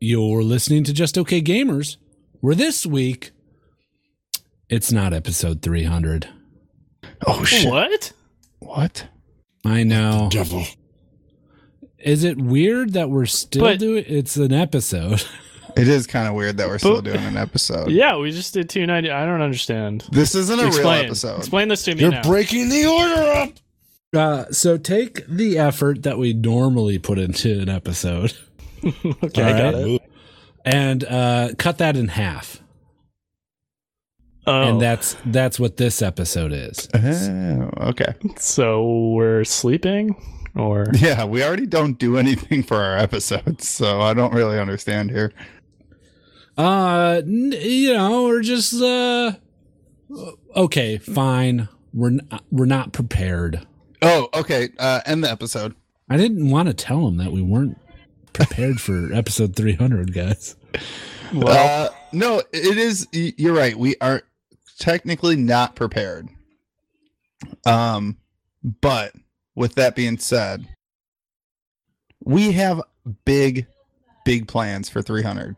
You're listening to Just Okay Gamers, where this week it's not episode 300. Oh shit! What? What? I know. Devil. Is it weird that we're still But- doing it's an episode? It is kind of weird that we're still But- doing an episode. Yeah, we just did 290. I don't understand. This isn't a Explain. real episode. Explain this to me You're now. breaking the order up. Uh, so take the effort that we normally put into an episode okay, I got Alright. it. and uh, cut that in half. Oh, And that's that's what this episode is. Oh, okay. so we're sleeping, or Yeah, we already don't do anything for our episodes, so I don't really understand here. Uh, n- you know, or just uh, okay, fine. We're n- we're not prepared. Oh, okay. Uh, end the episode. I didn't want to tell him that we weren't prepared for episode 300, guys. well, uh, no, it is. y- You're right. We are technically not prepared. Um, but with that being said, we have big, big plans for 300.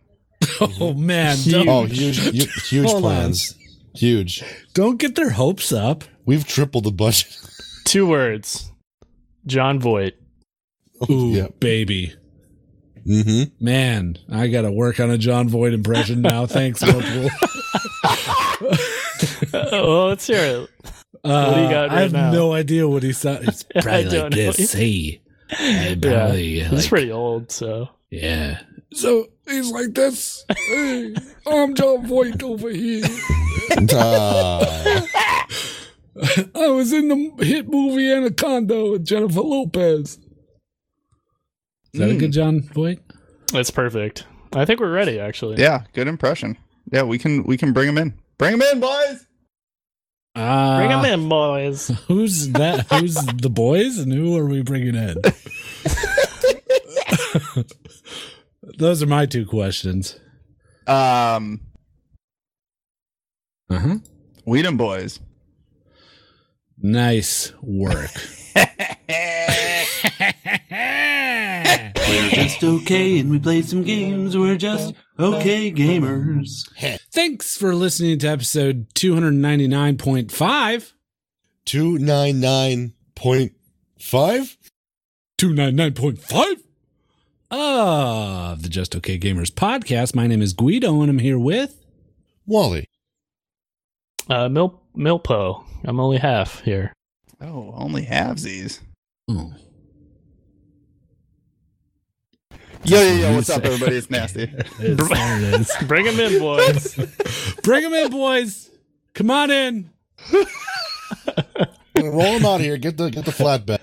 Oh man, Huge. don't, Oh, huge, hu- huge Hold on. plans. Huge. don't get their hopes up. We've tripled the budget. two words. John Voight. Ooh, Yeah. baby. Mm-hmm. Man, I gotta work on a John Voight impression now. Thanks, Whirlpool. Uh, Oh, well, let's hear Uh, What do you got I right have now? no idea what he said. It's probably don't like know. this. See, I Yeah. probably, it. like, It's pretty old, so yeah. So he's like this. Hey, I'm John Voight over here. Uh, I was in the hit movie Anaconda with Jennifer Lopez. Is that a good John Hmm. Voight? that's perfect. I think we're ready, actually. Yeah, good impression. Yeah, we can we can bring him in. Bring him in, boys. Uh, Bring them in, boys. Who's that? Who's the boys, and who are we bringing in? Those are my two questions. Um, Uh Uh-huh. huh. Weedham boys. Nice work. We're just okay and we play some games. We're just okay gamers. Thanks for listening to episode 299.5. 299.5? 299.5 of Ah, the Just Okay Gamers podcast. My name is Guido, and I'm here with. Wally. Uh, Mil Milpo. I'm only half here. Oh, only halvesies. Oh. Yo, yo, yo, what's up, everybody? It's Nasty. It's, there it is. Bring them in, boys. Bring them in, boys. Come on in. Roll him out here. Get the get the flatbed.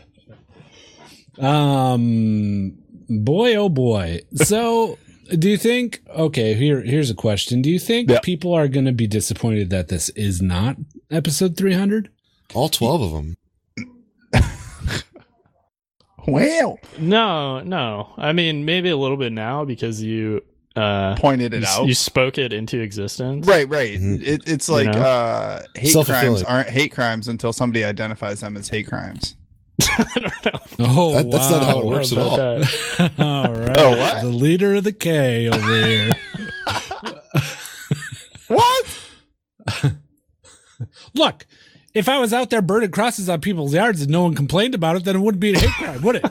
Um, boy, oh boy. So, do you think? Okay, here here's a question. Do you think Yeah. people are going to be disappointed that this is not episode 300? All 12 of them. Wow. no, no. I mean, maybe a little bit now because you uh, Pointed it you, s- out. you spoke it into existence. Right, right. Mhm. It, it's like know? uh, hate crimes Self-fulfilling. aren't hate crimes until somebody identifies them as hate crimes. Oh, That- that's not how it wow. works at About all. that. all right. Oh, what? The leader of the K over here. What? Look, if I was out there burning crosses on people's yards and no one complained about it, then it wouldn't be a hate crime, would it?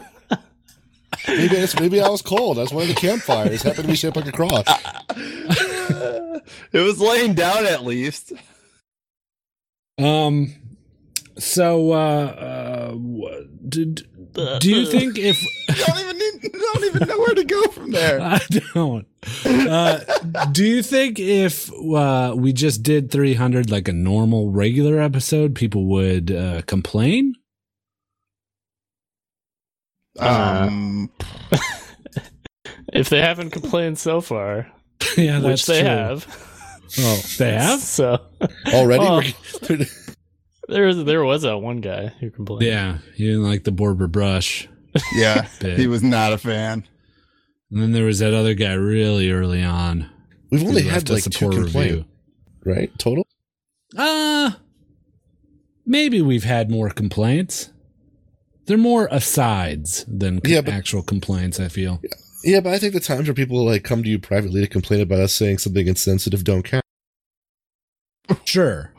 Maybe it's maybe I was cold. That's one of the campfires. Happened to be shaped like a cross. It was laying down at least. Um. So, uh, uh wha- did uh, do you think if You don't even need, you don't even know where to go from there. I don't? Uh, do you think if uh, we just did 300 like a normal regular episode, people would uh, complain? Um, If they haven't complained so far, yeah, which they true. have, Oh, they have. So Already? Oh. We're- there, there was that one guy who complained. Yeah, he didn't like the Borber brush. yeah, Bit. he was not a fan. and then there was that other guy really early on. We've only who left had like us a two poor complaints, review. right? Total? Uh maybe we've had more complaints. They're more asides than Yeah, but- actual complaints, I feel. Yeah, but I think the times where people like come to you privately to complain about us saying something insensitive don't count. Sure.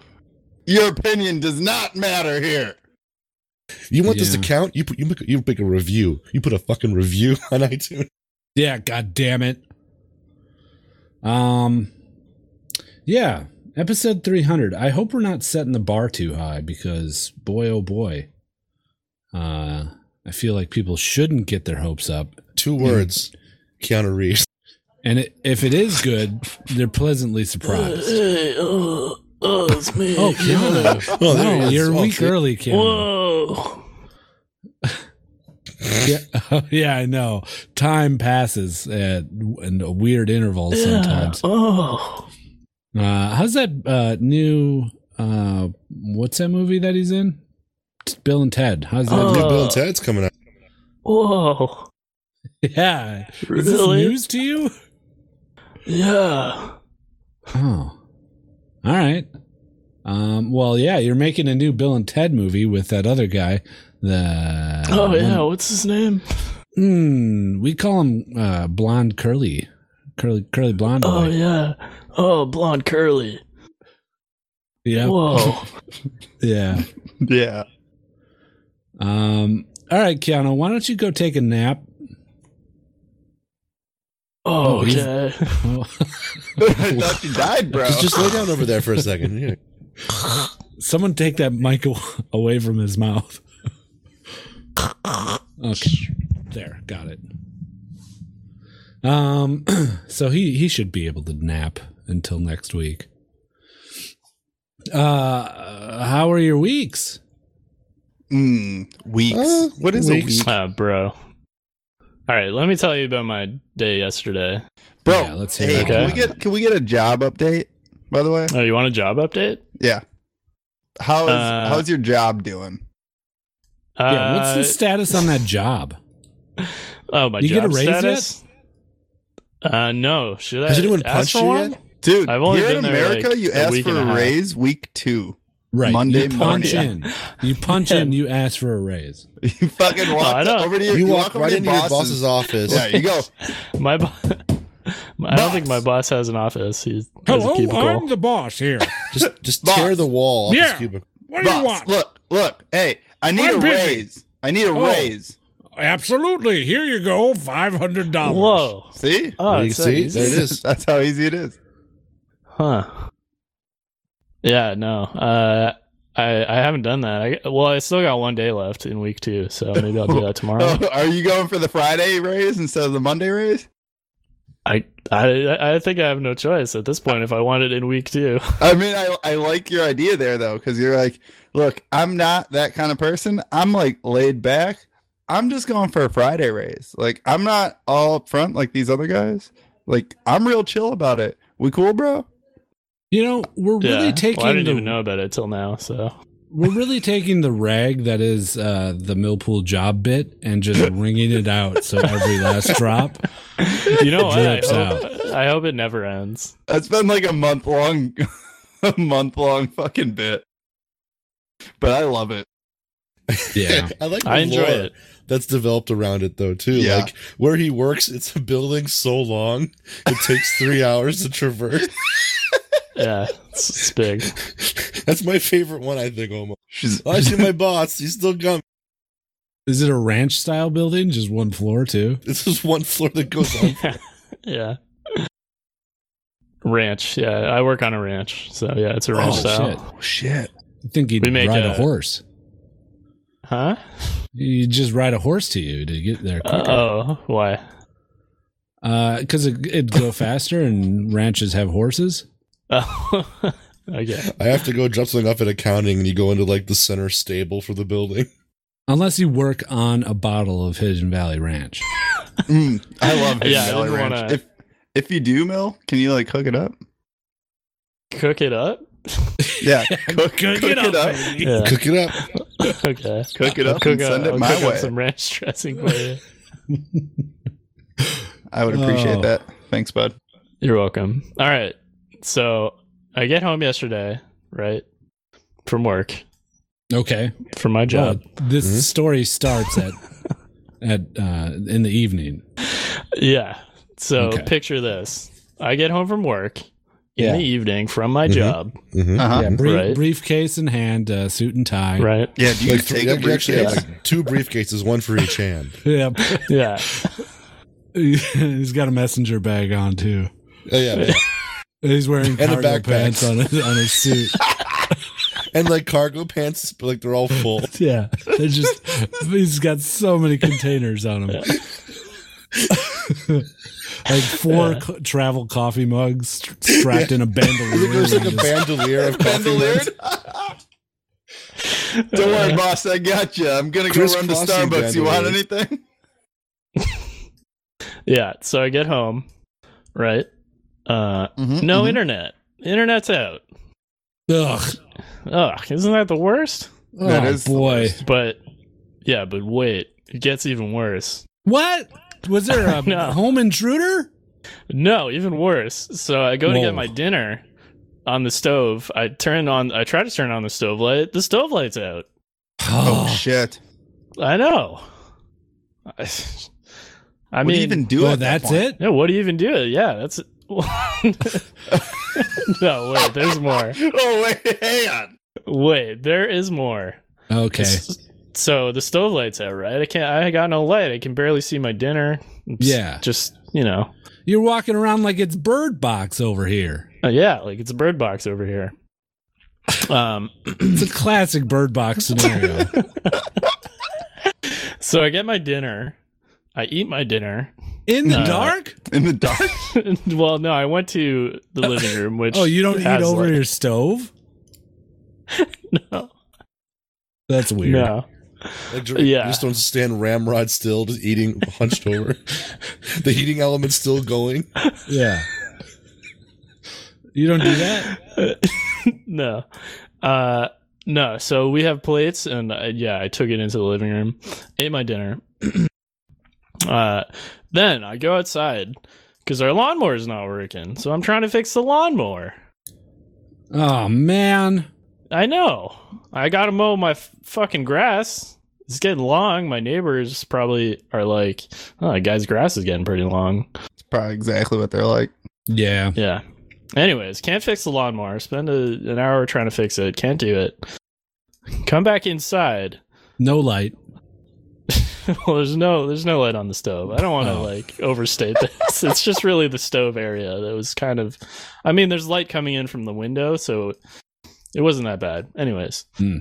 Your opinion does not matter here. You want this to Yeah. count? You put you make, you make a review. You put a fucking review on iTunes. Yeah, god damn it. Um Yeah, episode 300. I hope we're not setting the bar too high because boy oh boy. Uh I feel like people shouldn't get their hopes up. Two words. Keanu Reeves. And it, if it is good, they're pleasantly surprised. oh, oh, it's me. Oh, Keanu. Oh, there he no, is. you're a Oh, week shit. early, Keanu. Whoa. Yeah, yeah, I know. Time passes at, in a weird interval sometimes. Oh. Uh, how's that uh, new? Uh, what's that movie that he's in? It's Bill and Ted. How's that? New Oh. Bill and Ted's coming out. Whoa. Yeah, is this Really? news to you? Yeah. Oh, all right. Um, well, yeah, you're making a new Bill and Ted movie with that other guy. The Oh, yeah. What's his name? Hmm, we call him uh, blonde curly, curly curly blonde. Oh, boy. yeah. Oh, blonde curly. yeah, Whoa. Oh, yeah. Yeah. Um, all right, Keanu, why don't you go take a nap? Oh, Oh, he's- okay. Oh. I thought you died, bro. Just, just lay down over there for a second. Yeah. Someone take that mic aw- away from his mouth. okay. There, got it. Um so he he should be able to nap until next week. Uh how are your weeks? Mm, weeks. Uh, what is weeks. a week? Ah, bro. All right, let me tell you about my day yesterday. Bro, Yeah, let's hear hey, it. can we Okay. get can we get a job update? By the way, Oh, you want a job update? yeah. How is Uh, how's your job doing? yeah, what's the Uh, status on that job? Oh, my You get a job raise yet? status? Uh, no. Should I? Has anyone ask punched for you one? yet? Dude, I've only here in been there, America, like, you a ask week for and a a raise week two. Right. Monday you punch morning. in. You punch in, you ask for a raise. You fucking walk I don't- over to your You, walk, over right to into your boss's office. Yeah, you go. My, bo- I don't Boss. think my boss has an office. He has a cubicle. the boss here. Just just Boss. tear the wall off Yeah. his cubicle. What Boss, look, look. Hey, I need I'm a busy. raise. I need a Oh. raise. Absolutely. Here you go, five hundred dollars. Whoa. See? Oh, You it's can that see? easy? There it is. That's how easy it is. Huh. Yeah, no. Uh, I I haven't done that. I, well, I still got one day left in week two, so maybe I'll do that tomorrow. Oh, are you going for the Friday raise instead of the Monday raise? I, I I think I have no choice at this point if I want it in week two. I mean, I, I like your idea there though, because you're like, look, I'm not that kind of person. I'm like laid back. I'm just going for a Friday raise. Like, I'm not all up front like these other guys. Like, I'm real chill about it. We cool, bro? You know, we're really yeah. taking well, I didn't the even know about it till now. So we're really taking the rag that is uh, the Millpool job bit and just wringing it out so every last drop. you know what? I Drips hope, I hope it never ends. That's been like a month long, a month long fucking bit. But I love it. Yeah, I like. The I enjoy lore it. That's developed around it though too. Yeah. Like where he works, it's a building so long it takes three hours to traverse. Yeah, it's, it's big. That's my favorite one. I think almost. She's I see my boss. He's still gone. is it a ranch style building, just one floor too? This is one floor that goes on. yeah. Ranch. Yeah, I work on a ranch, so yeah, it's a ranch style. shit! oh, shit. I think you'd We make ride a, a- horse. Huh? You just ride a horse to you to get there quicker Oh, why? because it, it'd go faster and ranches have horses. Oh, okay. I have to go drop something off at accounting, and you go into like the center stable for the building. Unless you work on a bottle of Hidden Valley Ranch. Mm, I love Hidden Yeah, I Valley didn't Ranch. wanna- If if you do, Mill, can you like hook it up? Cook it up. Yeah, cook, cook it up, Yeah. Cook it up. okay. cook it I'll up, cook and up- send I'll it my cook up way. some ranch dressing for you. I would appreciate Oh. that. Thanks, bud. You're welcome. All right. So I get home yesterday, right, from work, Okay, from my job. Well, this Mhm. story starts at at uh, in the evening. Yeah. So Okay. picture this. I get home from work in Yeah. the evening from my Mm-hmm. Mhm. job, Mm-hmm. Mhm. Uh-huh. yeah, brief, Right. briefcase in hand, uh, suit and tie. right? Yeah, do you Like, take you a actually have briefcase? like two briefcases, one for each hand. Yep. Yeah. He's got a messenger bag on too. Oh, yeah, He's wearing a cargo backpack. pants on his on his suit. and like cargo pants, but, like they're all full. yeah, they're just he's got so many containers on him. like four co- travel coffee mugs st- strapped in a bandolier. There's like a and just- bandolier of coffee mugs. Bandoliered? Don't worry, boss. I got you. I'm gonna go run to Crisscrossing Starbucks. You want bandoliered. anything? Yeah. So I get home, right? Uh Mm-hmm. no internet. Internet's out. Ugh. Ugh, isn't that the worst? That oh, is the boy. worst. But yeah, but wait, it gets even worse. What was there a No. home intruder? No, even worse. So I go to Whoa. get my dinner on the stove. I turn on I try to turn on the stove light. The stove light's out. Oh, Oh shit! I know. I, I I mean, mean, even do oh, at that that's point? it. yeah, what do you even do? Yeah, that's. no, wait, there's more. Oh wait, hang on. Wait, there is more. Okay. S- So the stove light's out, right? I can't. I got no light. I can barely see my dinner. It's Yeah. just you know. You're walking around like it's bird box over here. Uh, yeah, like it's a bird box over here. Um, It's a classic bird box scenario. so I get my dinner. I eat my dinner. In the No. dark? In the dark. well, no, I went to the living room, which Oh, you don't eat has over light. your stove? No. That's weird. No, Like, Yeah. yeah. just don't stand ramrod still, just eating hunched over. the heating element's still going. Yeah. You don't do that? no, uh, no. So we have plates, and uh, yeah, I took it into the living room, ate my dinner. uh, then I go outside because our lawnmower is not working, so I'm trying to fix the lawnmower. Oh, man. I know. I gotta mow my f- fucking grass. It's getting long. My neighbors probably are like, "Oh, that guy's grass is getting pretty long." Probably exactly what they're like. Yeah. Yeah. Anyways, can't fix the lawnmower. Spend a, an hour trying to fix it. Can't do it. Come back inside. No light. well, there's no there's no light on the stove. I don't want to Oh. like overstate this. it's just really the stove area that was kind of. I mean, there's light coming in from the window, so it wasn't that bad. Anyways, Hmm.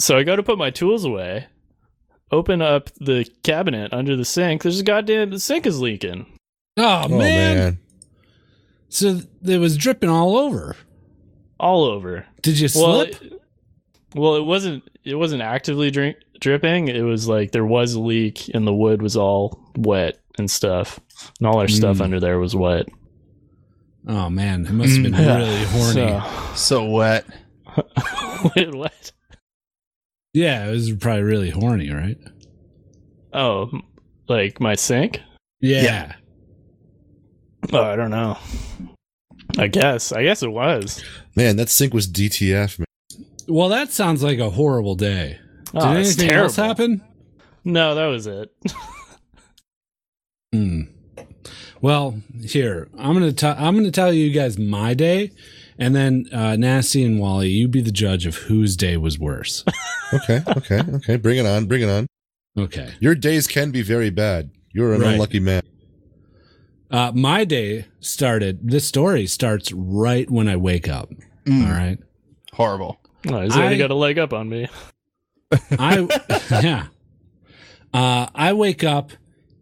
so I go to put my tools away. Open up the cabinet under the sink. There's a goddamn the sink is leaking. Oh, man. So it was dripping all over. all over. Did you Well, slip? it, well, it wasn't. It wasn't actively drink, dripping. It was like there was a leak, and the wood was all wet and stuff, and all our stuff Mm. under there was wet. oh, man. It must Mm, have been Yeah, really horny. So wet. So, wait, what? Yeah, it was probably really horny, right? Oh, m- like my sink? Yeah. Yeah. Oh, I don't know. I guess. I guess it was. Man, that sink was DTF, man. Well, that sounds like a horrible day. Did Oh, it's anything terrible. else happen? No, that was it. Hmm. Well, here I'm gonna tell I'm gonna tell you guys my day, and then uh, Nasty and Wally, you be the judge of whose day was worse. Okay, okay, okay. Bring it on, bring it on. okay. Your days can be very bad. You're an Right. unlucky man. Uh, my day started. This story starts right when I wake up. Mm, Hmm. All right. Horrible. Oh, he's already I- got a leg up on me. I yeah. Uh, I wake up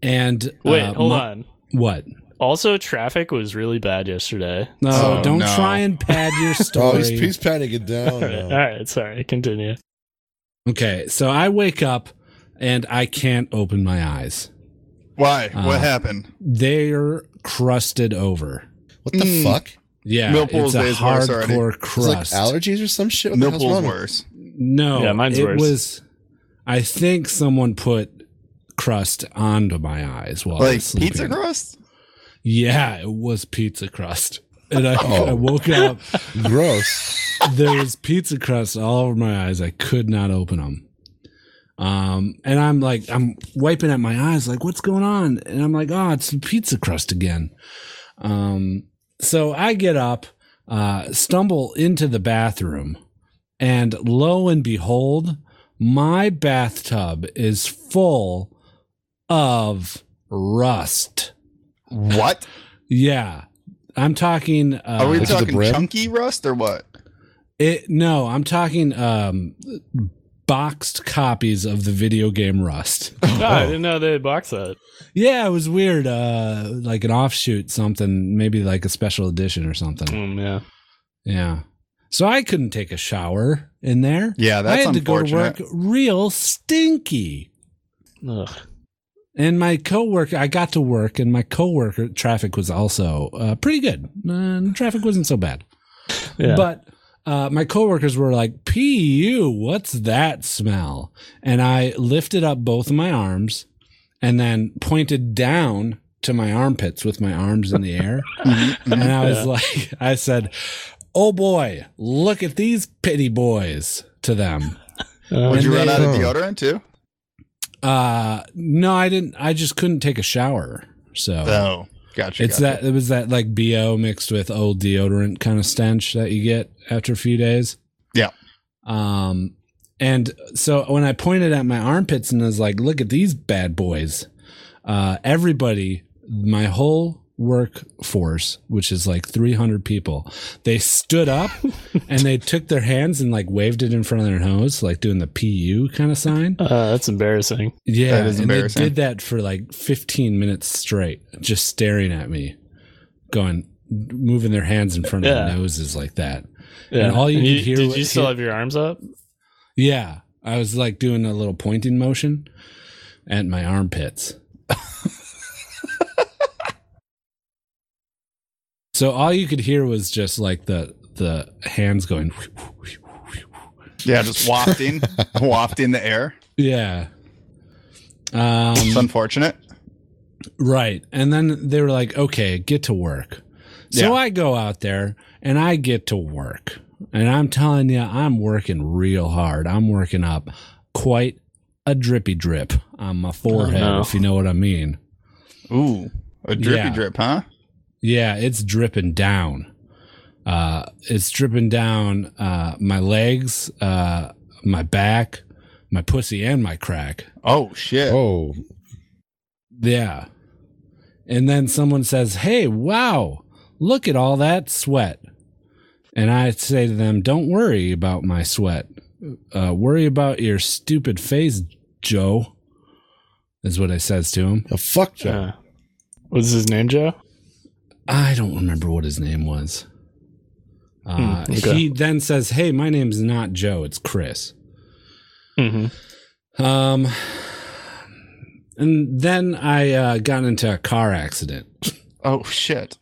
and Wait, uh, hold my- on. What? Also, traffic was really bad yesterday. No, Oh, don't no. try and pad your story. Oh, he's, he's patting it down. All right, all now. right, sorry. Continue. Okay, so I wake up and I can't open my eyes. Why? Uh, what happened? They're crusted over. What the Mm. fuck? Yeah, it's Millpool's a day's worse already. hardcore It's like crust. allergies or some shit. What the hell's Nipples wrong? worse. no, Yeah, mine's it worse. was. I think someone put crust onto my eyes while I Like was sleeping. pizza crust? Yeah, it was pizza crust, and I, Oh. I woke up. Gross. There was pizza crust all over my eyes. I could not open them. Um, and I'm like, I'm wiping at my eyes, like, what's going on? And I'm like, oh, it's the pizza crust again. Um, so I get up, uh, stumble into the bathroom, and lo and behold, my bathtub is full of rust. What? Yeah. I'm talking. Uh, Are we Like to the talking brim? chunky rust or what? It no, I'm talking um boxed copies of the video game Rust. Oh, I didn't know they had box that. yeah, it was weird. Uh like an offshoot something, maybe like a special edition or something. Mm, yeah. Yeah. So I couldn't take a shower in there. Yeah, I that's had to go to unfortunate. work real stinky. Ugh. And my coworker, I got to work, and my coworker traffic was also uh, pretty good. Uh, traffic wasn't so bad. Yeah. But uh, my coworkers were like, "Pu, what's that smell?" And I lifted up both of my arms, and then pointed down to my armpits with my arms in the air, Mm-hmm, and I was Yeah. like, "I said, oh boy, look at these pity boys." To them, Uh, Would And you run they- out of Oh. deodorant too? uh, no, I didn't. I just couldn't take a shower, so. Oh, gotcha. It's that it was that like BO mixed with old deodorant kind of stench that you get after a few days. Yeah. Um and so when I pointed at my armpits and was like, look at these bad boys, uh everybody, my whole workforce, which is like three hundred people, they stood up and they took their hands and like waved it in front of their nose, like doing the PU kind of sign. uh, that's embarrassing. Yeah, That is and they embarrassing. did that for like 15 minutes straight, just staring at me, going, moving their hands in front of Yeah. their noses like that. Yeah. all you could hear Did was- you still have your arms up? Yeah, I was like doing a little pointing motion at my armpits. so all you could hear was just like the the hands going. Yeah, just wafting, wafting the air. Yeah. Um, Mm-hmm. It's unfortunate. Right. And then they were like, okay, get to work. So Yeah. I go out there and I get to work. And I'm telling you, I'm working real hard. I'm working up quite a drippy drip on my forehead, no. if you know what I mean. Ooh, a drippy Yeah. drip, huh? Yeah, it's dripping down. Uh, it's dripping down uh, my legs, uh, my back, my pussy, and my crack. Oh shit. Oh, Yeah. And then someone says, Hey, wow, look at all that sweat. And I say to them, Don't worry about my sweat. Uh, worry about your stupid face, Joe, is what I says to him. a fuck job. Uh, what's his name, Joe? I don't remember what his name was. Uh, Hmm, okay. He then says, Hey, my name's not Joe, it's Chris. Mm-hmm. Um, and then I uh, got into a car accident. Oh shit.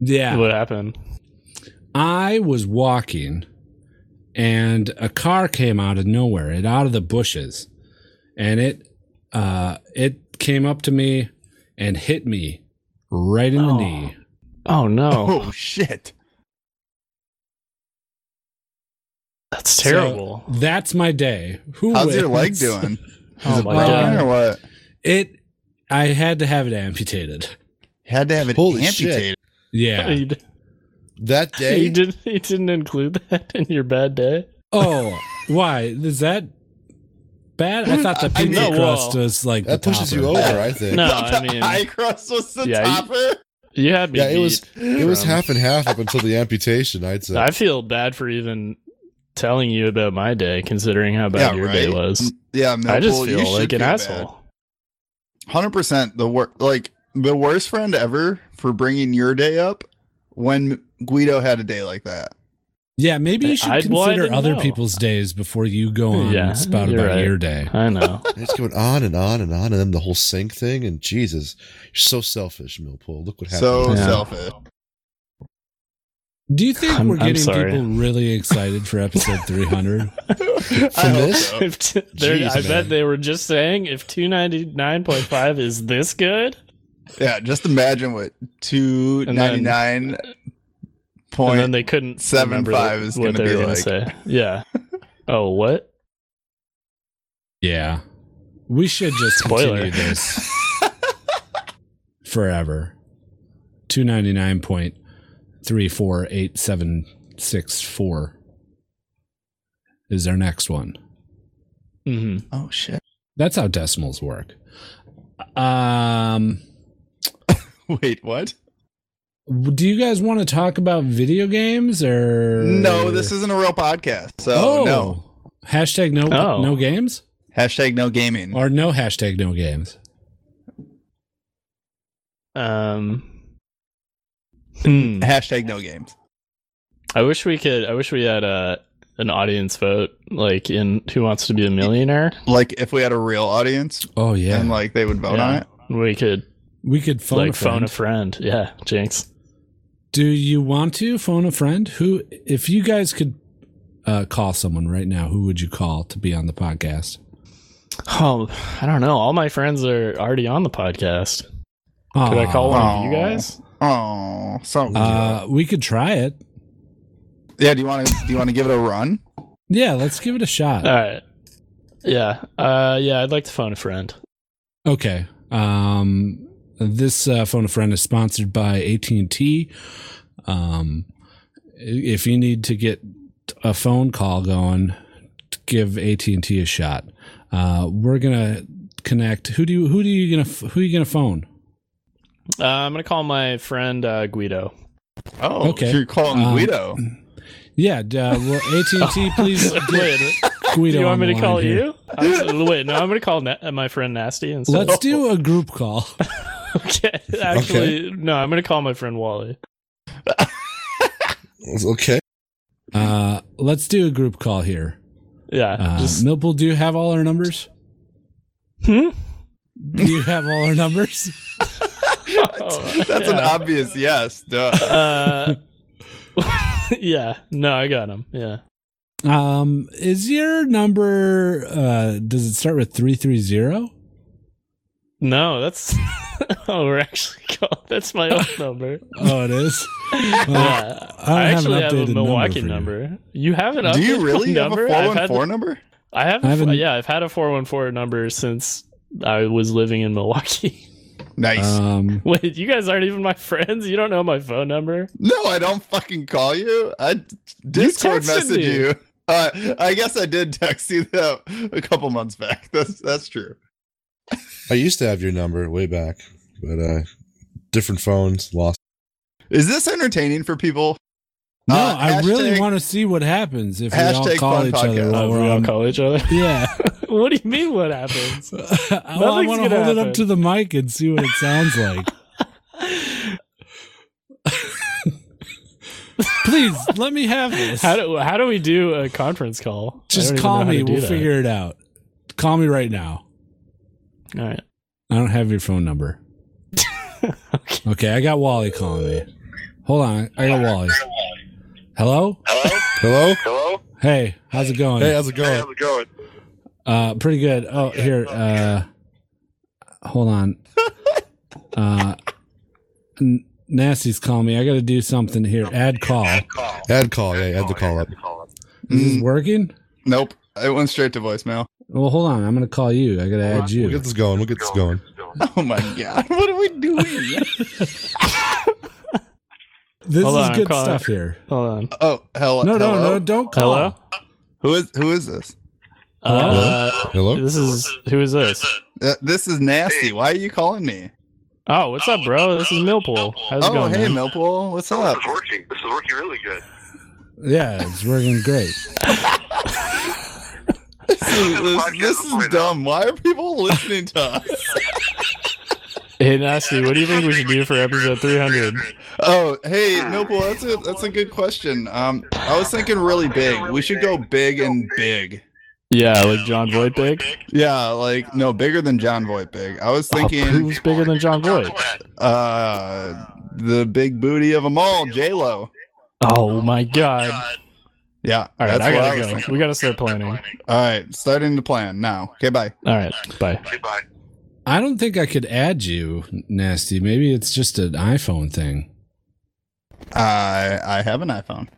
Yeah. What happened? I was walking and a car came out of nowhere, it out of the bushes, and it uh it came up to me and hit me right in the Oh. knee. Oh no, Oh shit. that's terrible. So that's my day. Who How's your leg wins? doing? oh my well, Broken god. or what? It I had to have it amputated. Had to have it Holy shit. amputated. Yeah. You, d- That you day, didn't. You didn't include that in your bad day. oh, why? Is that bad? I thought the I- I pizza know, crust well, was like that the pushes you topper. over. I think. No, I The mean eye crust was the Yeah, you- topper. you had me. Yeah, it was. beat It was from- half and half up until the amputation. I'd say. I feel bad for even telling you about my day, considering how bad Yeah, your day right? was. Yeah, no, I just bull, you feel should like an feel bad. asshole. Hundred percent. The worst, like the worst friend ever for bringing your day up when Guido had a day like that. Yeah, maybe you should I- well, I consider didn't other know. people's days before you go on Yeah, and spout you're about right. your day. I know. It's going on and on and on, and then the whole sink thing. And Jesus, you're so selfish, Millpool. Look what happened. So Yeah. selfish. Do you think I'm- we're I'm getting sorry. people really excited for episode 300? I hope this? so. If t- they're- Jeez, I man. bet they were just saying if 299.5 is this good, Yeah, just imagine what two ninety nine and then point. they couldn't seven remember five is what gonna they be were like. gonna say. Yeah. Oh, what? Yeah. We should just Spoiler. continue this forever. Two ninety nine point three four eight seven six four is our next one. hmm Oh shit! That's how decimals work. Um Wait, what? do you guys want to talk about video games or No, this isn't a real podcast. So Oh. no. Hashtag no Oh. no games? Hashtag no gaming. Or no hashtag no games. Um. hmm. Hashtag no games. I wish we could. I wish we had a an audience vote, like in Who Wants to Be a Millionaire. Like if we had a real audience Oh yeah. and like they would vote on Yeah. it. We could we could phone like a phone friend. a friend. Yeah, Jinx. Do you want to phone a friend? Who, if you guys could uh, call someone right now, who would you call to be on the podcast? Oh, I don't know. All my friends are already on the podcast. Could I call Aw. one of you Aw. guys? Oh, so Uh, we could try it. yeah. Do you want to do you want to give it a run? Yeah, let's give it a shot. All right. Yeah. Uh. Yeah. I'd like to phone a friend. Okay. Um, this uh, phone a friend is sponsored by AT and T. Um, i- if you need to get a phone call going, give AT and T a shot. Uh, we're gonna connect. Who do you? Who do you gonna? f- Who are you gonna phone? Uh, I'm gonna call my friend uh, Guido. Oh, Okay. You're calling Um, Guido. Yeah, d- uh, well, AT&T, please get Wait, Guido do you want on me the to call line here. you? I'm- wait, no, I'm gonna call na- my friend Nasty instead. Let's do a group call. okay, actually, no, I'm gonna call my friend Wally. Okay. Uh, let's do a group call here. Yeah, Uh, just Millpool, do you have all our numbers? Hmm? Do you have all our numbers? Oh, That's an yeah. obvious yes. Duh. Uh, yeah, no, I got him. Yeah, Um, is your number? Uh, does it start with three three zero? no, that's oh, we're actually call- that's my old number. Oh, it is. Well, yeah, I don't I, have an actually have, updated a number Milwaukee for you. number. You. have an updated Do you really have number? a I've had the- 414 number? I have, a I haven't- f- yeah, I've had a 414 number since I was living in Milwaukee. Nice. um, Wait, you guys aren't even my friends? You don't know my phone number? no, I don't fucking call you. I Discord texted message me. you. Uh, I guess I did text you though a couple months back. That's that's true. I used to have your number way back, but uh different phones lost. Is this entertaining for people? no, Uh, I really hashtag- want to see what happens if we all hashtag call fun each other podcast. while Uh, we Oh, we're all on. call each other. Yeah. what do you mean? What happens? well, I Nothing's want to gonna hold it happen. up to the mic and see what it sounds like. Please let me have this. How do how do we do a conference call? I Just don't even know call how to me. do We'll that. figure it out. Call me right now. All right. I don't have your phone number. okay. I got Wally calling me. Hold on, I got Wally. Hello. Hello? Hey, how's it going? Hey, how's it going? Uh, pretty good. Oh, here. Uh, hold on. Uh, N- Nasty's calling me. I got to do something here. Add call. Add call, yeah, add the call up. Is this Mm-hmm. Mm, working? nope. It went straight to voicemail. Well, hold on. I'm gonna call you. I gotta add We'll you. get this going. We'll get this going. Oh my god! What are we doing? This Hold is on, I'm good calling. stuff here. Hold on. oh hello. No, no, hello? no. Don't call. Hello. Who is who is this? Uh, Hello? this is who is this? Uh, this is nasty. Why are you calling me? Oh, what's up, bro? This is Millpool. How's it oh going? hey man? Millpool, what's Oh, up? this is working. This is working really good. Yeah, it's working great. This is, this, podcast this is is right dumb. Why are people listening to us? Hey, nasty. What do you think we should do for episode 300? Oh hey Millpool, that's a that's a good question. Um, I was thinking really big. We should go big and big. Yeah, like John Voight big. Yeah, like no bigger than John Voight big. I was thinking Who's bigger than John Voight? uh the big booty of them all, J Lo. Oh my God. Yeah, All right, that's I what gotta was go. thinking. We gotta start planning. All right, starting to plan now. Okay, bye. All right, bye. Goodbye. I don't think I could add you, Nasty. Maybe it's just an iPhone thing. I I have an iPhone.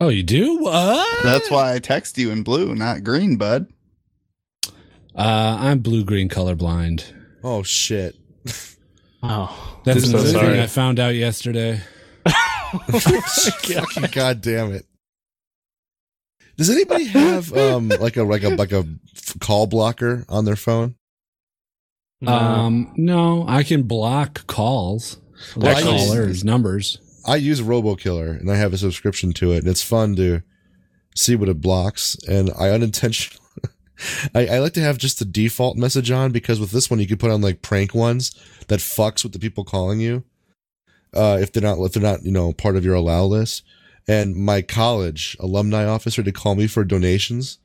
Oh, you do? What? That's why I text you in blue, not green, bud. Uh, I'm blue green colorblind. Oh shit. Oh. That's I'm so another sorry. thing I found out yesterday. Fucking Oh god damn it. Does anybody have um like a like a like a f- call blocker on their phone? Um, no, I can block calls, Well, block I just- callers, numbers. I use RoboKiller and I have a subscription to it, and it's fun to see what it blocks. And I unintentionally, I, I like to have just the default message on because with this one you can put on like prank ones that fucks with the people calling you uh, if they're not if they're not you know part of your allow list. And my college alumni officer did call me for donations,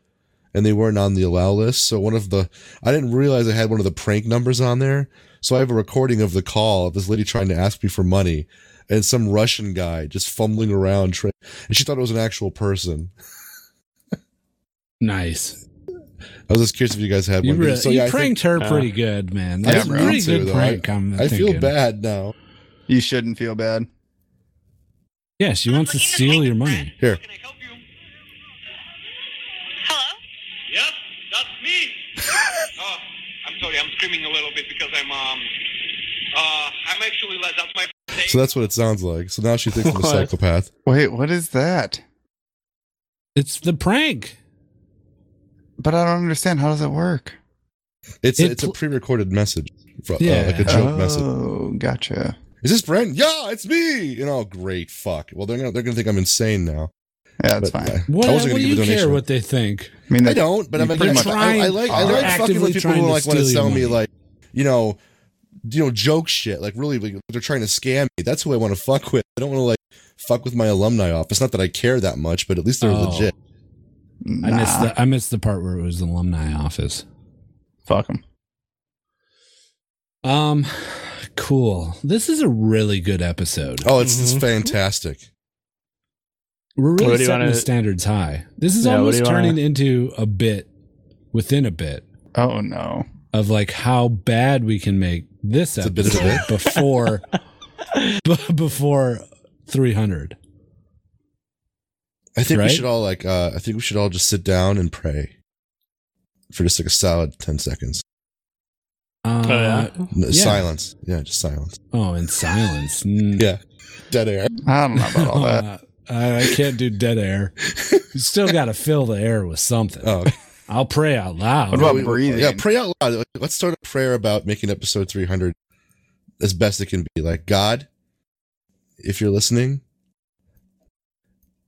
and they weren't on the allow list. So one of the I didn't realize I had one of the prank numbers on there. So I have a recording of the call of this lady trying to ask me for money and some Russian guy just fumbling around. Tra- and she thought it was an actual person. Nice. I was just curious if you guys had You, one. really, so, you yeah, I think- pranked her uh, pretty good, man. That's Yeah, a bro. pretty Me too, good though. prank. I'm I feel thinking. bad now. You shouldn't feel bad. Yeah, she wants to steal your money. Here. Can I help you? Hello? Yes, that's me. oh, I'm sorry, I'm screaming a little bit because I'm um uh I'm actually like that's my So that's what it sounds like. So now she thinks I'm a What? psychopath. Wait, what is that? It's the prank. But I don't understand. How does it work? It's It it's a pl- pre-recorded message, fro- uh, Yeah. like a joke message. Oh, gotcha. Is this Brent? Yeah, it's me. You know, great. Fuck. Well, they're gonna they're gonna think I'm insane now. Yeah, that's But fine. What, what I wasn't do gonna give you a donation. care what they think? I mean, I that, don't, but You I'm pretty that's much I, I like I are like fucking actively with people trying who to like want to steal your sell me money. like you know you know joke shit like really like, they're trying to scam me. That's who I want to fuck with. I don't want to like fuck with my alumni office. Not that I care that much, but at least they're Oh. legit. I nah, missed the I missed the part where it was alumni office. fuck them. Um, cool. This is a really good episode. Oh, it's it's Mm-hmm. Mhm. fantastic. We're What really do you setting wanna- the standards high. This is Yeah, what do almost you turning wanna- into a bit within a bit Oh no. of like how bad we can make this a bit of episode a before b- before 300. I think Right? we should all like uh I think we should all just sit down and pray for just like a solid ten seconds. Uh, Oh, yeah? No, Yeah. Silence. Yeah, just silence. Oh, in silence. Mm. Yeah. Dead air. I don't know about all that. I, I can't do dead air. You still got to fill the air with something. Oh, I'll pray out loud. What about breathing? Yeah, pray out loud. Let's start a prayer about making episode 300 as best it can be. Like, God, if you're listening,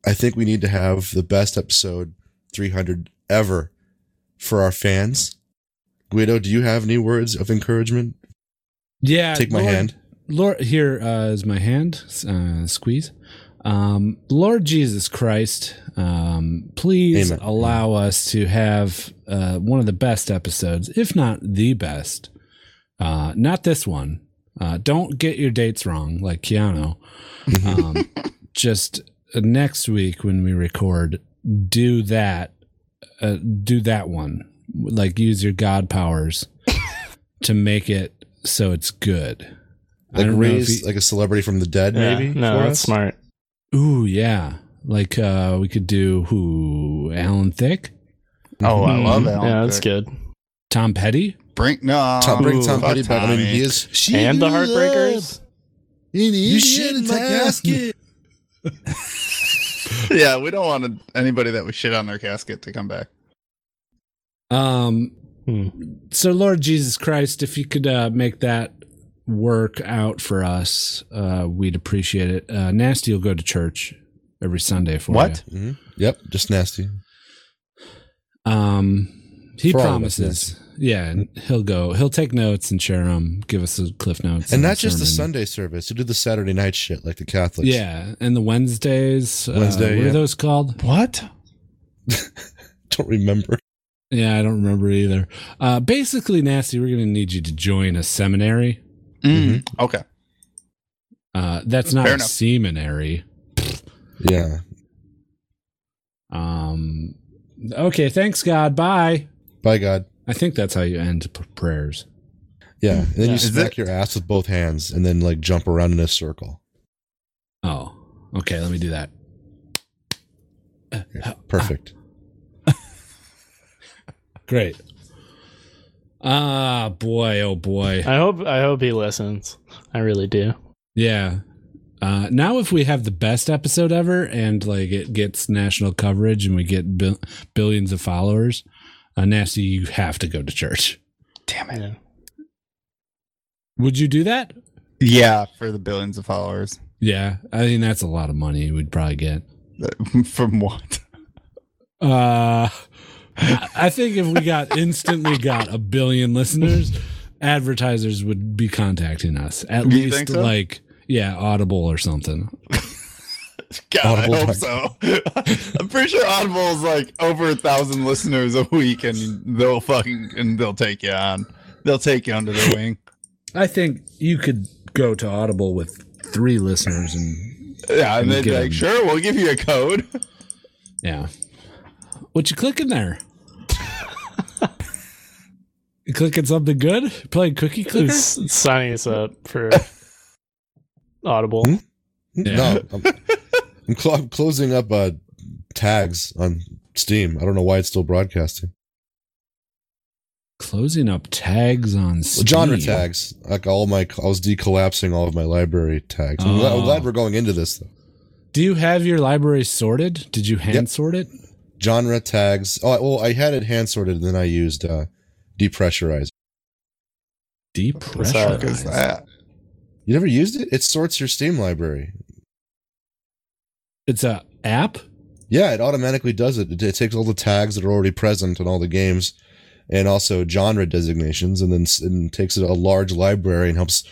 I think we need to have the best episode 300 ever for our fans. Guido, do you have any words of encouragement? yeah, Take my Uh, Lord- hand. Lord, here uh, is my hand. Uh, squeeze. Um, Lord Jesus Christ, um, please Amen. allow us to have uh, one of the best episodes, if not the best. Uh, not this one. Uh, don't get your dates wrong, like Keanu. Um, just next week when we record, do that. Uh, do that one. Like use your God powers to make it so it's good. I Like, don't know if raise he- like a celebrity from the dead, Yeah, maybe? No, for that's us? smart. Ooh, yeah. Like uh we could do who Alan Thick, Oh, I love that. Mm-hmm. Yeah, that's good. Tom Petty. Bring no. Tom, bring Tom fuck Petty back. I mean, he is. She and the Heartbreakers. You shit in my casket. yeah, we don't want anybody that we shit on their casket to come back. Um Hmm. so Lord Jesus Christ, if you could uh make that work out for us, uh we'd appreciate it. Uh Nasty will go to church every Sunday for What? Mhm. Yep, just nasty. you. Um he For all of us, promises. Yeah, and he'll go. He'll take notes and share them, give us the cliff notes. And on not just the sermon. Sunday service. You do the Saturday night shit like the Catholics. Yeah, and the Wednesdays. Wednesday, uh, what yeah. are those called? What? Don't remember. Yeah, I don't remember either. Uh, basically, nasty. We're going to need you to join a seminary. Mm. Mm-hmm. Okay. Uh, that's not Fair a enough. seminary. Yeah. Um, okay, thanks God. Bye. By God. I think that's how you end p- prayers. Yeah. And then Yeah. you Is smack your ass with both hands and then like jump around in a circle. Oh, okay. Let me do that. Perfect. Great. Ah, boy, oh boy. I hope I hope he listens. I really do. Yeah. Uh, now, if we have the best episode ever and like it gets national coverage and we get bil- billions of followers, uh, Nasty, you have to go to church. Damn it. Yeah. Would you do that? Yeah, for the billions of followers. Yeah, I mean that's a lot of money we'd probably get. From what? Uh, I I think if we got instantly got a billion listeners, advertisers would be contacting us at You think least so? like yeah, Audible or something. God, Audible. I hope so. I'm pretty sure Audible is like over a thousand listeners a week, and they'll fucking and they'll take you on. They'll take you under their wing. I think you could go to Audible with three listeners and Yeah, and they'd be Give like, them- "Sure, we'll give you a code." yeah. What you clicking there? you clicking something good? Playing cookie clicker? It's, it's signing us up for Audible. Hmm? Yeah. No, I'm, I'm, clo- I'm closing up uh, tags on Steam. I don't know why it's still broadcasting. Closing up tags on Steam. Genre tags, like all my, I was decollapsing all of my library tags. I'm, glad, I'm Oh. glad we're going into this though. Do you have your library sorted? Did you hand Yep. sort it? Genre tags. Oh, I- well, I had it hand sorted, and then I used uh, depressurizer. that? Depressure. What is that? You never used it? It sorts your Steam library. It's a app. Yeah, it automatically does it. It, it takes all the tags that are already present in all the games, and also genre designations, and then s- and takes it a large library and helps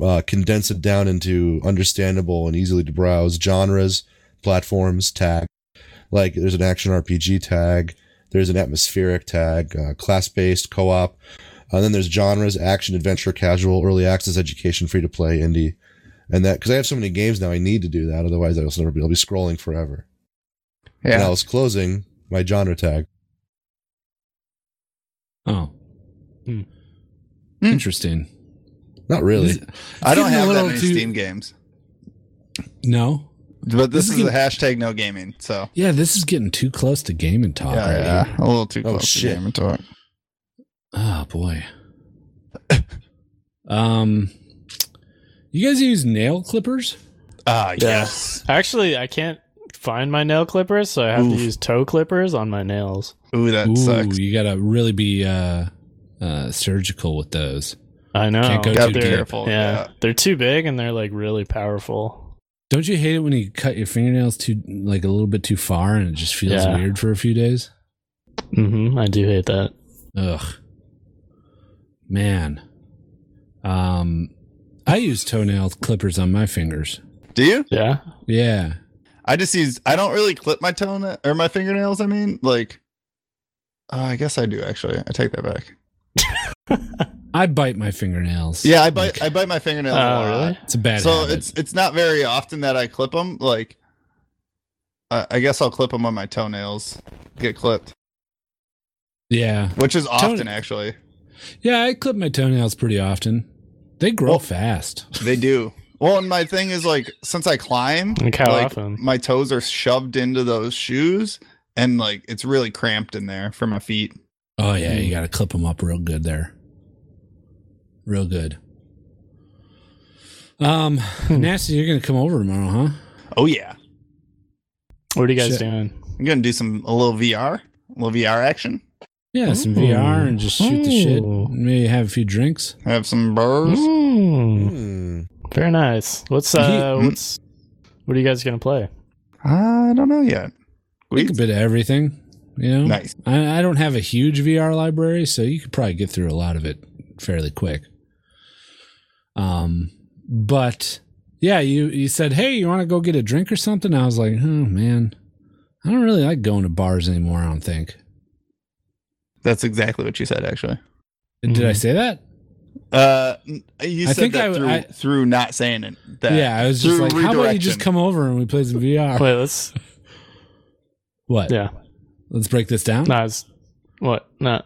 uh, condense it down into understandable and easily to browse genres, platforms, tag. Like there's an action RPG tag, there's an atmospheric tag, uh, class-based co-op, and then there's genres: action, adventure, casual, early access, education, free to play, indie, and that because I have so many games now, I need to do that. Otherwise, I'll never be. I'll be scrolling forever and I Yeah, was closing my genre tag. Oh, Hmm. Hmm. interesting. Not really. This- I don't getting a have that little many too- Steam games, No, but this, This is is a hashtag no gaming. So yeah, this is getting too close to gaming talk. yeah, right yeah, here. a little too Oh, close shit. to gaming talk. Oh boy. um, you guys use nail clippers? Ah, Yeah. yes. Actually, I can't find my nail clippers, so I have Oof. to use toe clippers on my nails. Ooh, that Ooh, sucks. you gotta really be uh, uh, surgical with those. I know. Can't go Gotta too be they're- deep. careful. Yeah, yeah. they're too big and they're like really powerful. Don't you hate it when you cut your fingernails too, like a little bit too far, and it just feels Yeah. weird for a few days? hmm I do hate that. Ugh. Man. Um I use toenail clippers on my fingers. Do you? Yeah. Yeah. I just use. I don't really clip my toenail or my fingernails. I mean, like, uh, I guess I do actually. I take that back. I bite my fingernails. Yeah, I bite. Like, I bite my fingernails. a Oh, lot. really? it's a bad So habit. it's it's not very often that I clip them. Like, I, I guess I'll clip them on my toenails. Get clipped, yeah. which is often Tone- actually. Yeah, I clip my toenails pretty often. They grow Well- fast. They do. Well, and my thing is like since I climb, Like how like often? my toes are shoved into those shoes, and like it's really cramped in there for my feet. Oh yeah, you got to clip them up real good there. Real good. Um, Nasty, you're going to come over tomorrow, huh? Oh yeah, What are you guys Shit. doing? I'm gonna do some a little VR, a little VR action. Yeah, some Ooh. VR and just shoot the shit. Ooh. Maybe have a few drinks. Have some burrs. Mm, Hmm. very nice. What's uh? What's what are you guys gonna play? I don't know yet. Like a Weeds? bit of everything, you know. Nice. I, I don't have a huge VR library, so you could probably get through a lot of it fairly quick. Um, but yeah, you you said, hey, you want to go get a drink or something? I was like, oh man, I don't really like going to bars anymore. I don't think. That's exactly what you said, actually. Did I Mhm. say that? Uh, n- you I said think that I- through, I- through not saying it. That. yeah, I was just Through like, how about you just redirection. come over and we play some VR? Wait, let's What? yeah. Let's break this down. No, I was what? Not.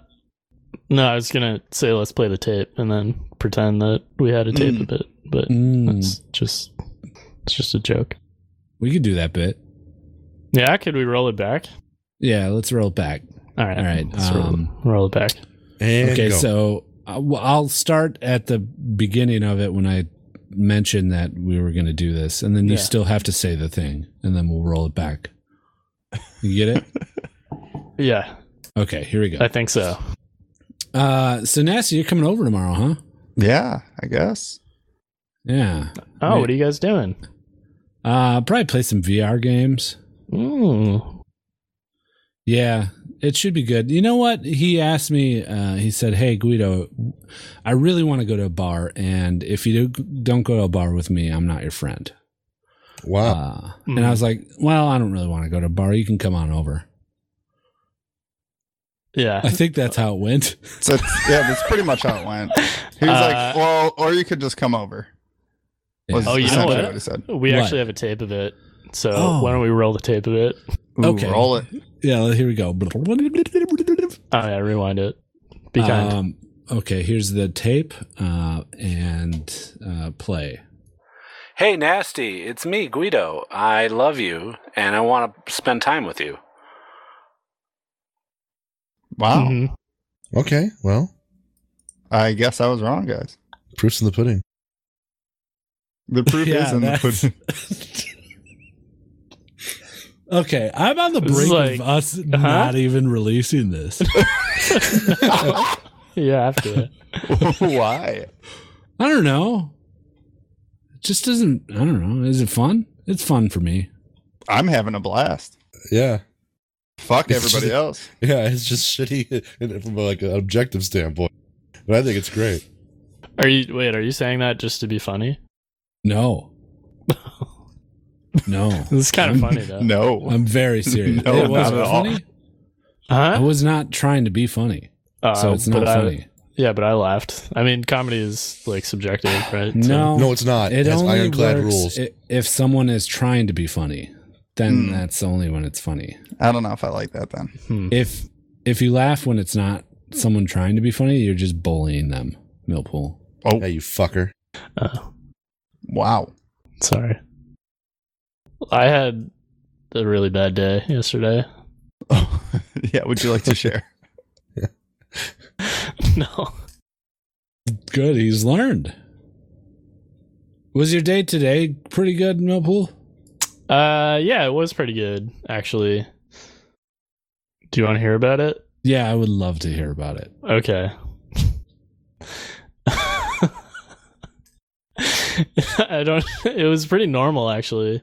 No, I was gonna say let's play the tape and then pretend that we had a tape Mm. of it, but Mm, that's just it's just a joke. we could do that bit. Yeah, could we roll it back? Yeah, let's roll it back. All right, All right, let's roll, um, roll it back. And okay, go. so uh, well, I'll start at the beginning of it when I mentioned that we were going to do this, and then you Yeah. still have to say the thing, and then we'll roll it back. You get it? Yeah, okay, here we go. I think so. Uh, so, Nasty, you're coming over tomorrow, huh? Yeah, I guess. Yeah. Oh, what are you guys doing? Uh, probably play some VR games. Mm. Yeah, it should be good. You know what? He asked me, uh, he said, Hey, Guido, I really want to go to a bar. And if you do, don't go to a bar with me, I'm not your friend. wow. Uh, And Hmm. I was like, Well, I don't really want to go to a bar. You can come on over. Yeah. I think that's how it went. So it's, yeah, that's pretty much how it went. He was Uh, like, "Well, or you could just come over." Was Yeah. Oh, you know essentially what? he said. We What? actually have a tape of it. So Oh. why don't we roll the tape of it? Ooh, Okay. roll it. Yeah, here we go. Oh yeah, rewind it. Be kind. Um, okay, here's the tape uh, and uh, play. Hey, Nasty, it's me, Guido. I love you and I want to spend time with you. Wow. oh. Mhm. okay. Well, I guess I was wrong, guys. proof's in the pudding. The proof Yeah, is in the that's- pudding. Okay, I'm on the This is brink like- of us not even releasing this. Yeah, after it. Why? I don't know. It just doesn't, I don't know. Is it fun? It's fun for me. I'm having a blast. Yeah. Fuck It's just everybody a- else. Yeah. It's just shitty and from like an objective standpoint. But I think it's great. Are you wait, are you saying that just to be funny? No. No. This is kind of funny though. No. I'm very serious. No, it wasn't not at all. funny. I Huh? was not trying to be funny, Uh, so it's not but I- funny. yeah, but I laughed. I mean, comedy is like subjective, right? So- no, No, it's not. It, it has only ironclad works rules. i- if someone is trying to be funny. Then Hmm. that's only when it's funny. I don't know if I like that then. Hmm. If if you laugh when it's not someone trying to be funny, you're just bullying them. Millpool. Oh, yeah, you fucker. Oh, wow. sorry. I had a really bad day yesterday. yeah, would you like to share? no. Good, he's learned. Was your day today pretty good, Millpool? Uh, yeah, it was pretty good actually. Do you want to hear about it? Yeah, I would love to hear about it. Okay. I don't. It was pretty normal actually,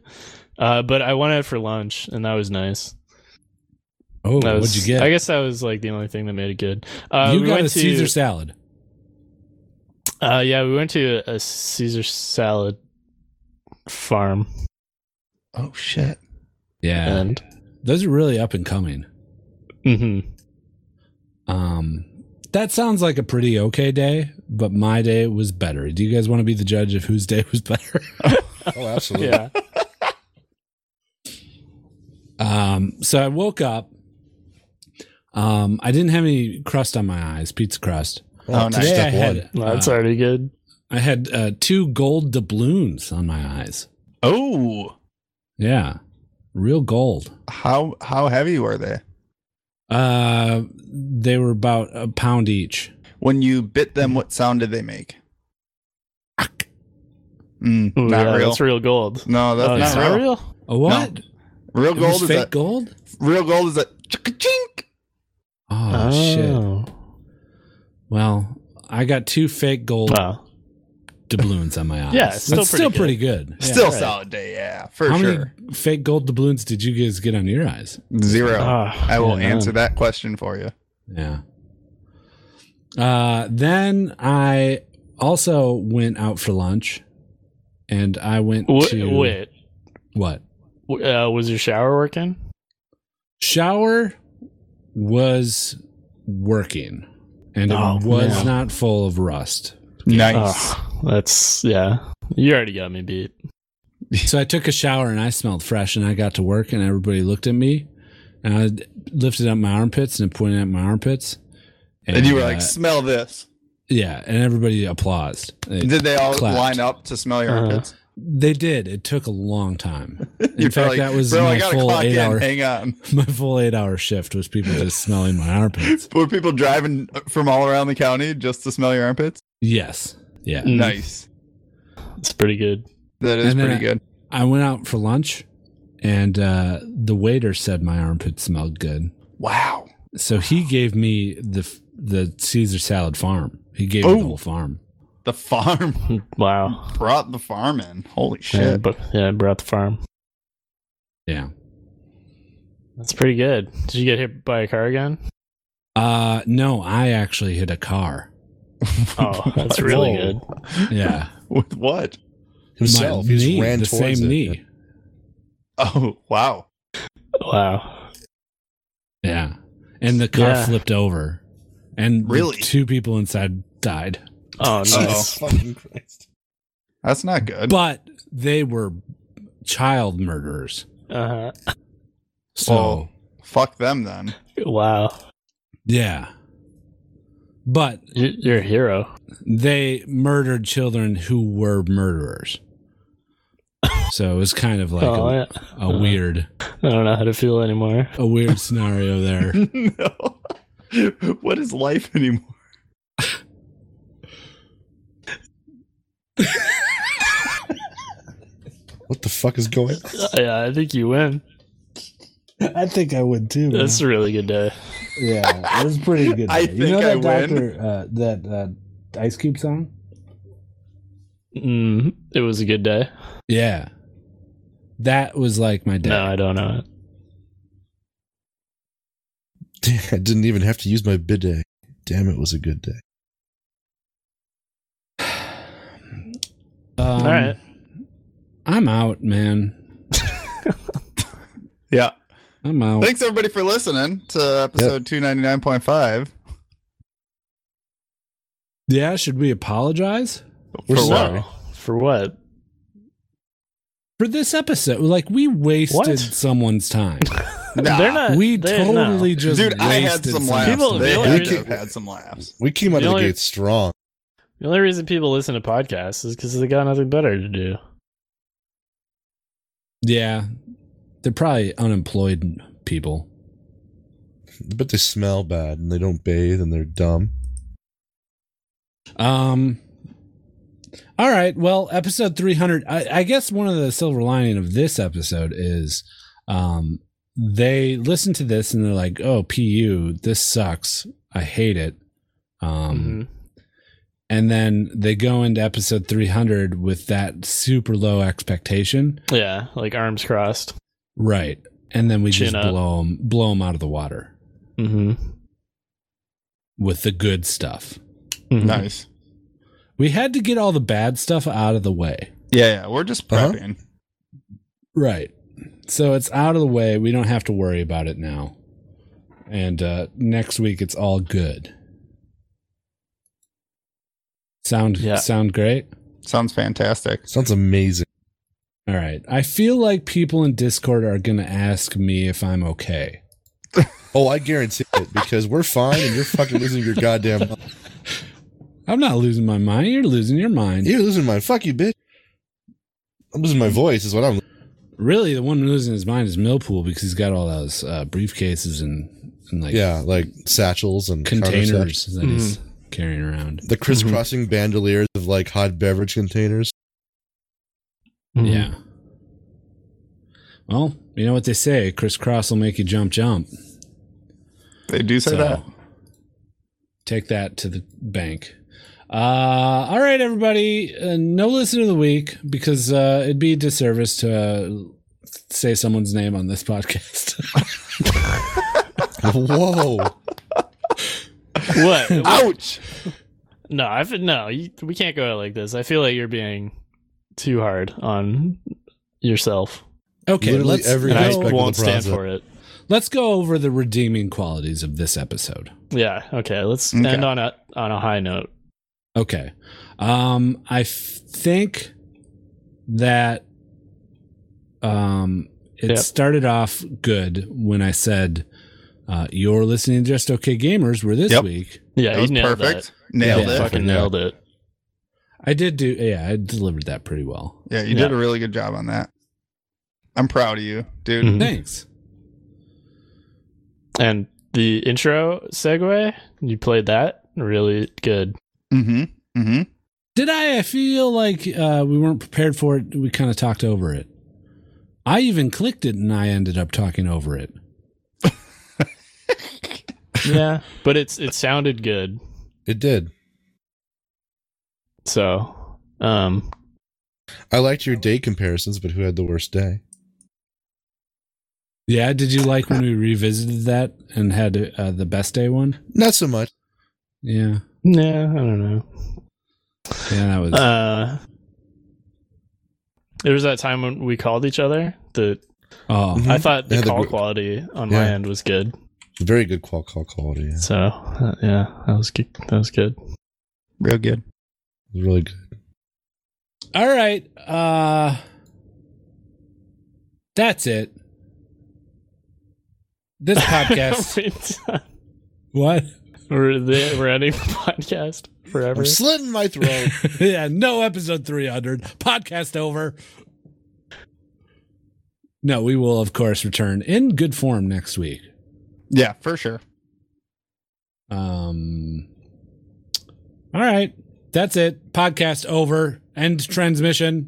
uh, but I went out for lunch and that was nice. Oh, That was, what'd you get? I guess that was like the only thing that made it good. Uh, you we got went a to, Caesar salad. Uh, yeah, we went to a Caesar salad farm, Oh shit. Yeah, and those are really up and coming. hmm Um, that sounds like a pretty okay day, but my day was better. Do you guys want to be the judge of whose day was better? Oh, absolutely. yeah, um, so I woke up. Um, I didn't have any crust on my eyes, pizza crust. Oh, nice. Today I Step had, one. that's uh, already good. I had uh, two gold doubloons on my eyes. Oh, Yeah, real gold. how how heavy were they? Uh, they were about a pound each. When you bit them, what sound did they make? Mm, Ooh, not yeah, real. That's real gold. No, Oh, that's it's not real. A what? Real It was gold is fake that. gold. Real gold is that. Chink. Oh, Ah. shit! Well, I got two fake gold Wow. doubloons on my eyes. Ah. Yeah, it's still That's pretty still good. pretty good. Yeah. Still right. solid day, yeah, for How sure. many fake gold doubloons did you guys get on your eyes? Zero. Ah, I will yeah, answer that question for you. Yeah. Uh, then I also went out for lunch, and I went Wait, to wait. what W- Uh, was your shower working? shower was working, and it Oh, was man. not full of rust. Nice. Oh, that's yeah. You already got me beat. So I took a shower and I smelled fresh, and I got to work, and everybody looked at me, and I lifted up my armpits and pointed at my armpits, and you were like, uh, smell this. Yeah, and everybody applauded. They- Did they all clapped. line up to smell your Uh-huh. armpits? They did. It took a long time. In You're fact, like, that was bro. I my gotta full clock eight in. hour Hang on. my full eight hour shift was people just smelling my armpits. Were people driving from all around the county just to smell your armpits? Yes. Yeah. Mm. Nice. It's pretty good. That is Mm-hmm. And then pretty I- good. I went out for lunch and uh, the waiter said my armpit smelled good. Wow. So he gave me the f- the Caesar salad farm. He gave me Oh. the whole farm. The farm Mm, Wow. brought the farm in. Holy Yeah, shit. but yeah, brought the farm. Yeah. That's pretty good. Did you get hit by a car again? Uh no, I actually hit a car. Oh, that's really Whoa. good. Yeah. With what? Himself, My he just knee, ran the towards same it. knee. Oh wow. Wow. Yeah. And the car Yeah. flipped over. And the Really? two people inside died. Oh, Jesus nice. fucking Christ. That's not good. But they were child murderers. Uh-huh. So Oh. Well- Fuck them then. Wow. yeah. But You- You're a hero. they murdered children who were murderers. So it was kind of like oh, a, yeah. a weird I don't know how to feel anymore. a weird scenario there. no. What is life anymore? What the fuck is going on? Uh, Yeah, I think you win. I think I would too. man. That's a really good day. yeah, it was pretty good. I you know think that I win. Doctor, uh, that uh, Ice Cube song. Mm, it was a good day. Yeah. That was like my day. No, I don't know. Damn, I didn't even have to use my bidet. Damn, it was a good day. Um, All right. I'm out, man. Yeah. I'm out. Thanks everybody for listening to episode two ninety nine point five. yeah, should we apologize We're For sorry. For what? for this episode? Like we wasted What? someone's time. Nah. They're not. we they- no. totally just Dude, I had wasted some someone's laughs. People- they people had, are- to have had some laughs. We came out The of the only- gate strong. The only reason people listen to podcasts is because they got nothing better to do. Yeah, they're probably unemployed people. But they smell bad and they don't bathe and they're dumb. Um. All right. Well, episode three hundred. I, I guess one of the silver lining of this episode is, um, they listen to this and they're like, "Oh, pu, this sucks. I hate it." Um. Mhm. and then they go into episode 300 with that super low expectation Yeah, like arms crossed. right and then we just Chin up. blow them out of the water Mm-hmm. with the good stuff Mm-hmm. Nice. we had to get all the bad stuff out of the way Yeah, yeah. We're just Uh-huh. prepping. right so it's out of the way we don't have to worry about it now and uh next week it's all good sound Yeah. sound great Sounds fantastic. Sounds amazing. all right i feel like people in discord are gonna ask me if i'm okay Oh, I guarantee it because we're fine and you're fucking losing your goddamn mind. I'm not losing my mind. You're losing your mind. You're losing my fuck you, bitch. I'm losing my voice, is what I'm really, the one losing his mind is Millpool because he's got all those uh, briefcases and, and like Yeah, Mm-hmm. like satchels and counter satchels. containers that he's carrying around. The crisscrossing Mm-hmm. bandoliers of like hot beverage containers. Mhm. Yeah. Mm-hmm. Well, you know what they say: crisscross will make you jump, jump. They do say So, that. Take that to the bank. Uh, all right, everybody. Uh, no listen of the week because uh, it'd be a disservice to uh, say someone's name on this podcast. Whoa. What? Ouch! No, I've no. You, we can't go out like this. I feel like you're being too hard on yourself, okay, Literally let's every and go- I aspect of the won't stand process. for it. Let's go over the redeeming qualities of this episode. Yeah. Okay. Let's Okay. end on a on a high note. Okay. Um, I f- think that um, it Yep. started off good when I said, uh, You're listening to Just Okay Gamers, we're this Yep. week. Yeah, That you was nailed perfect. that. Nailed You it. Fucking nailed it. I did do. Yeah, I delivered that pretty well. Yeah, you Yeah. did a really good job on that. I'm proud of you, dude. Mhm. Thanks. And the intro segue, you played that really good. Mm-hmm. Mm-hmm. Did I? I feel like uh, we weren't prepared for it. We kind of talked over it. I even clicked it, and I ended up talking over it. Yeah, but it's it sounded good. It did. So, um, I liked your day comparisons, but who had the worst day? Yeah. Did you like when we revisited that and had uh, the best day one? Not so much. Yeah. yeah, I don't know. Yeah, that was. Uh, there was that time when we called each other. The oh, Mhm. I thought the Yeah, the call gr- quality on my Yeah. end was good. Very good call call quality. Yeah. So uh, yeah, that was good. that was good. Real good. It was really good. All right. Uh That's it. This podcast. what? we're, the, we're ending the podcast forever. I'm slitting my throat. yeah, no episode 300. Podcast over. No, we will of course return in good form next week. Yeah, for sure. Um All right. That's it. Podcast over. End transmission.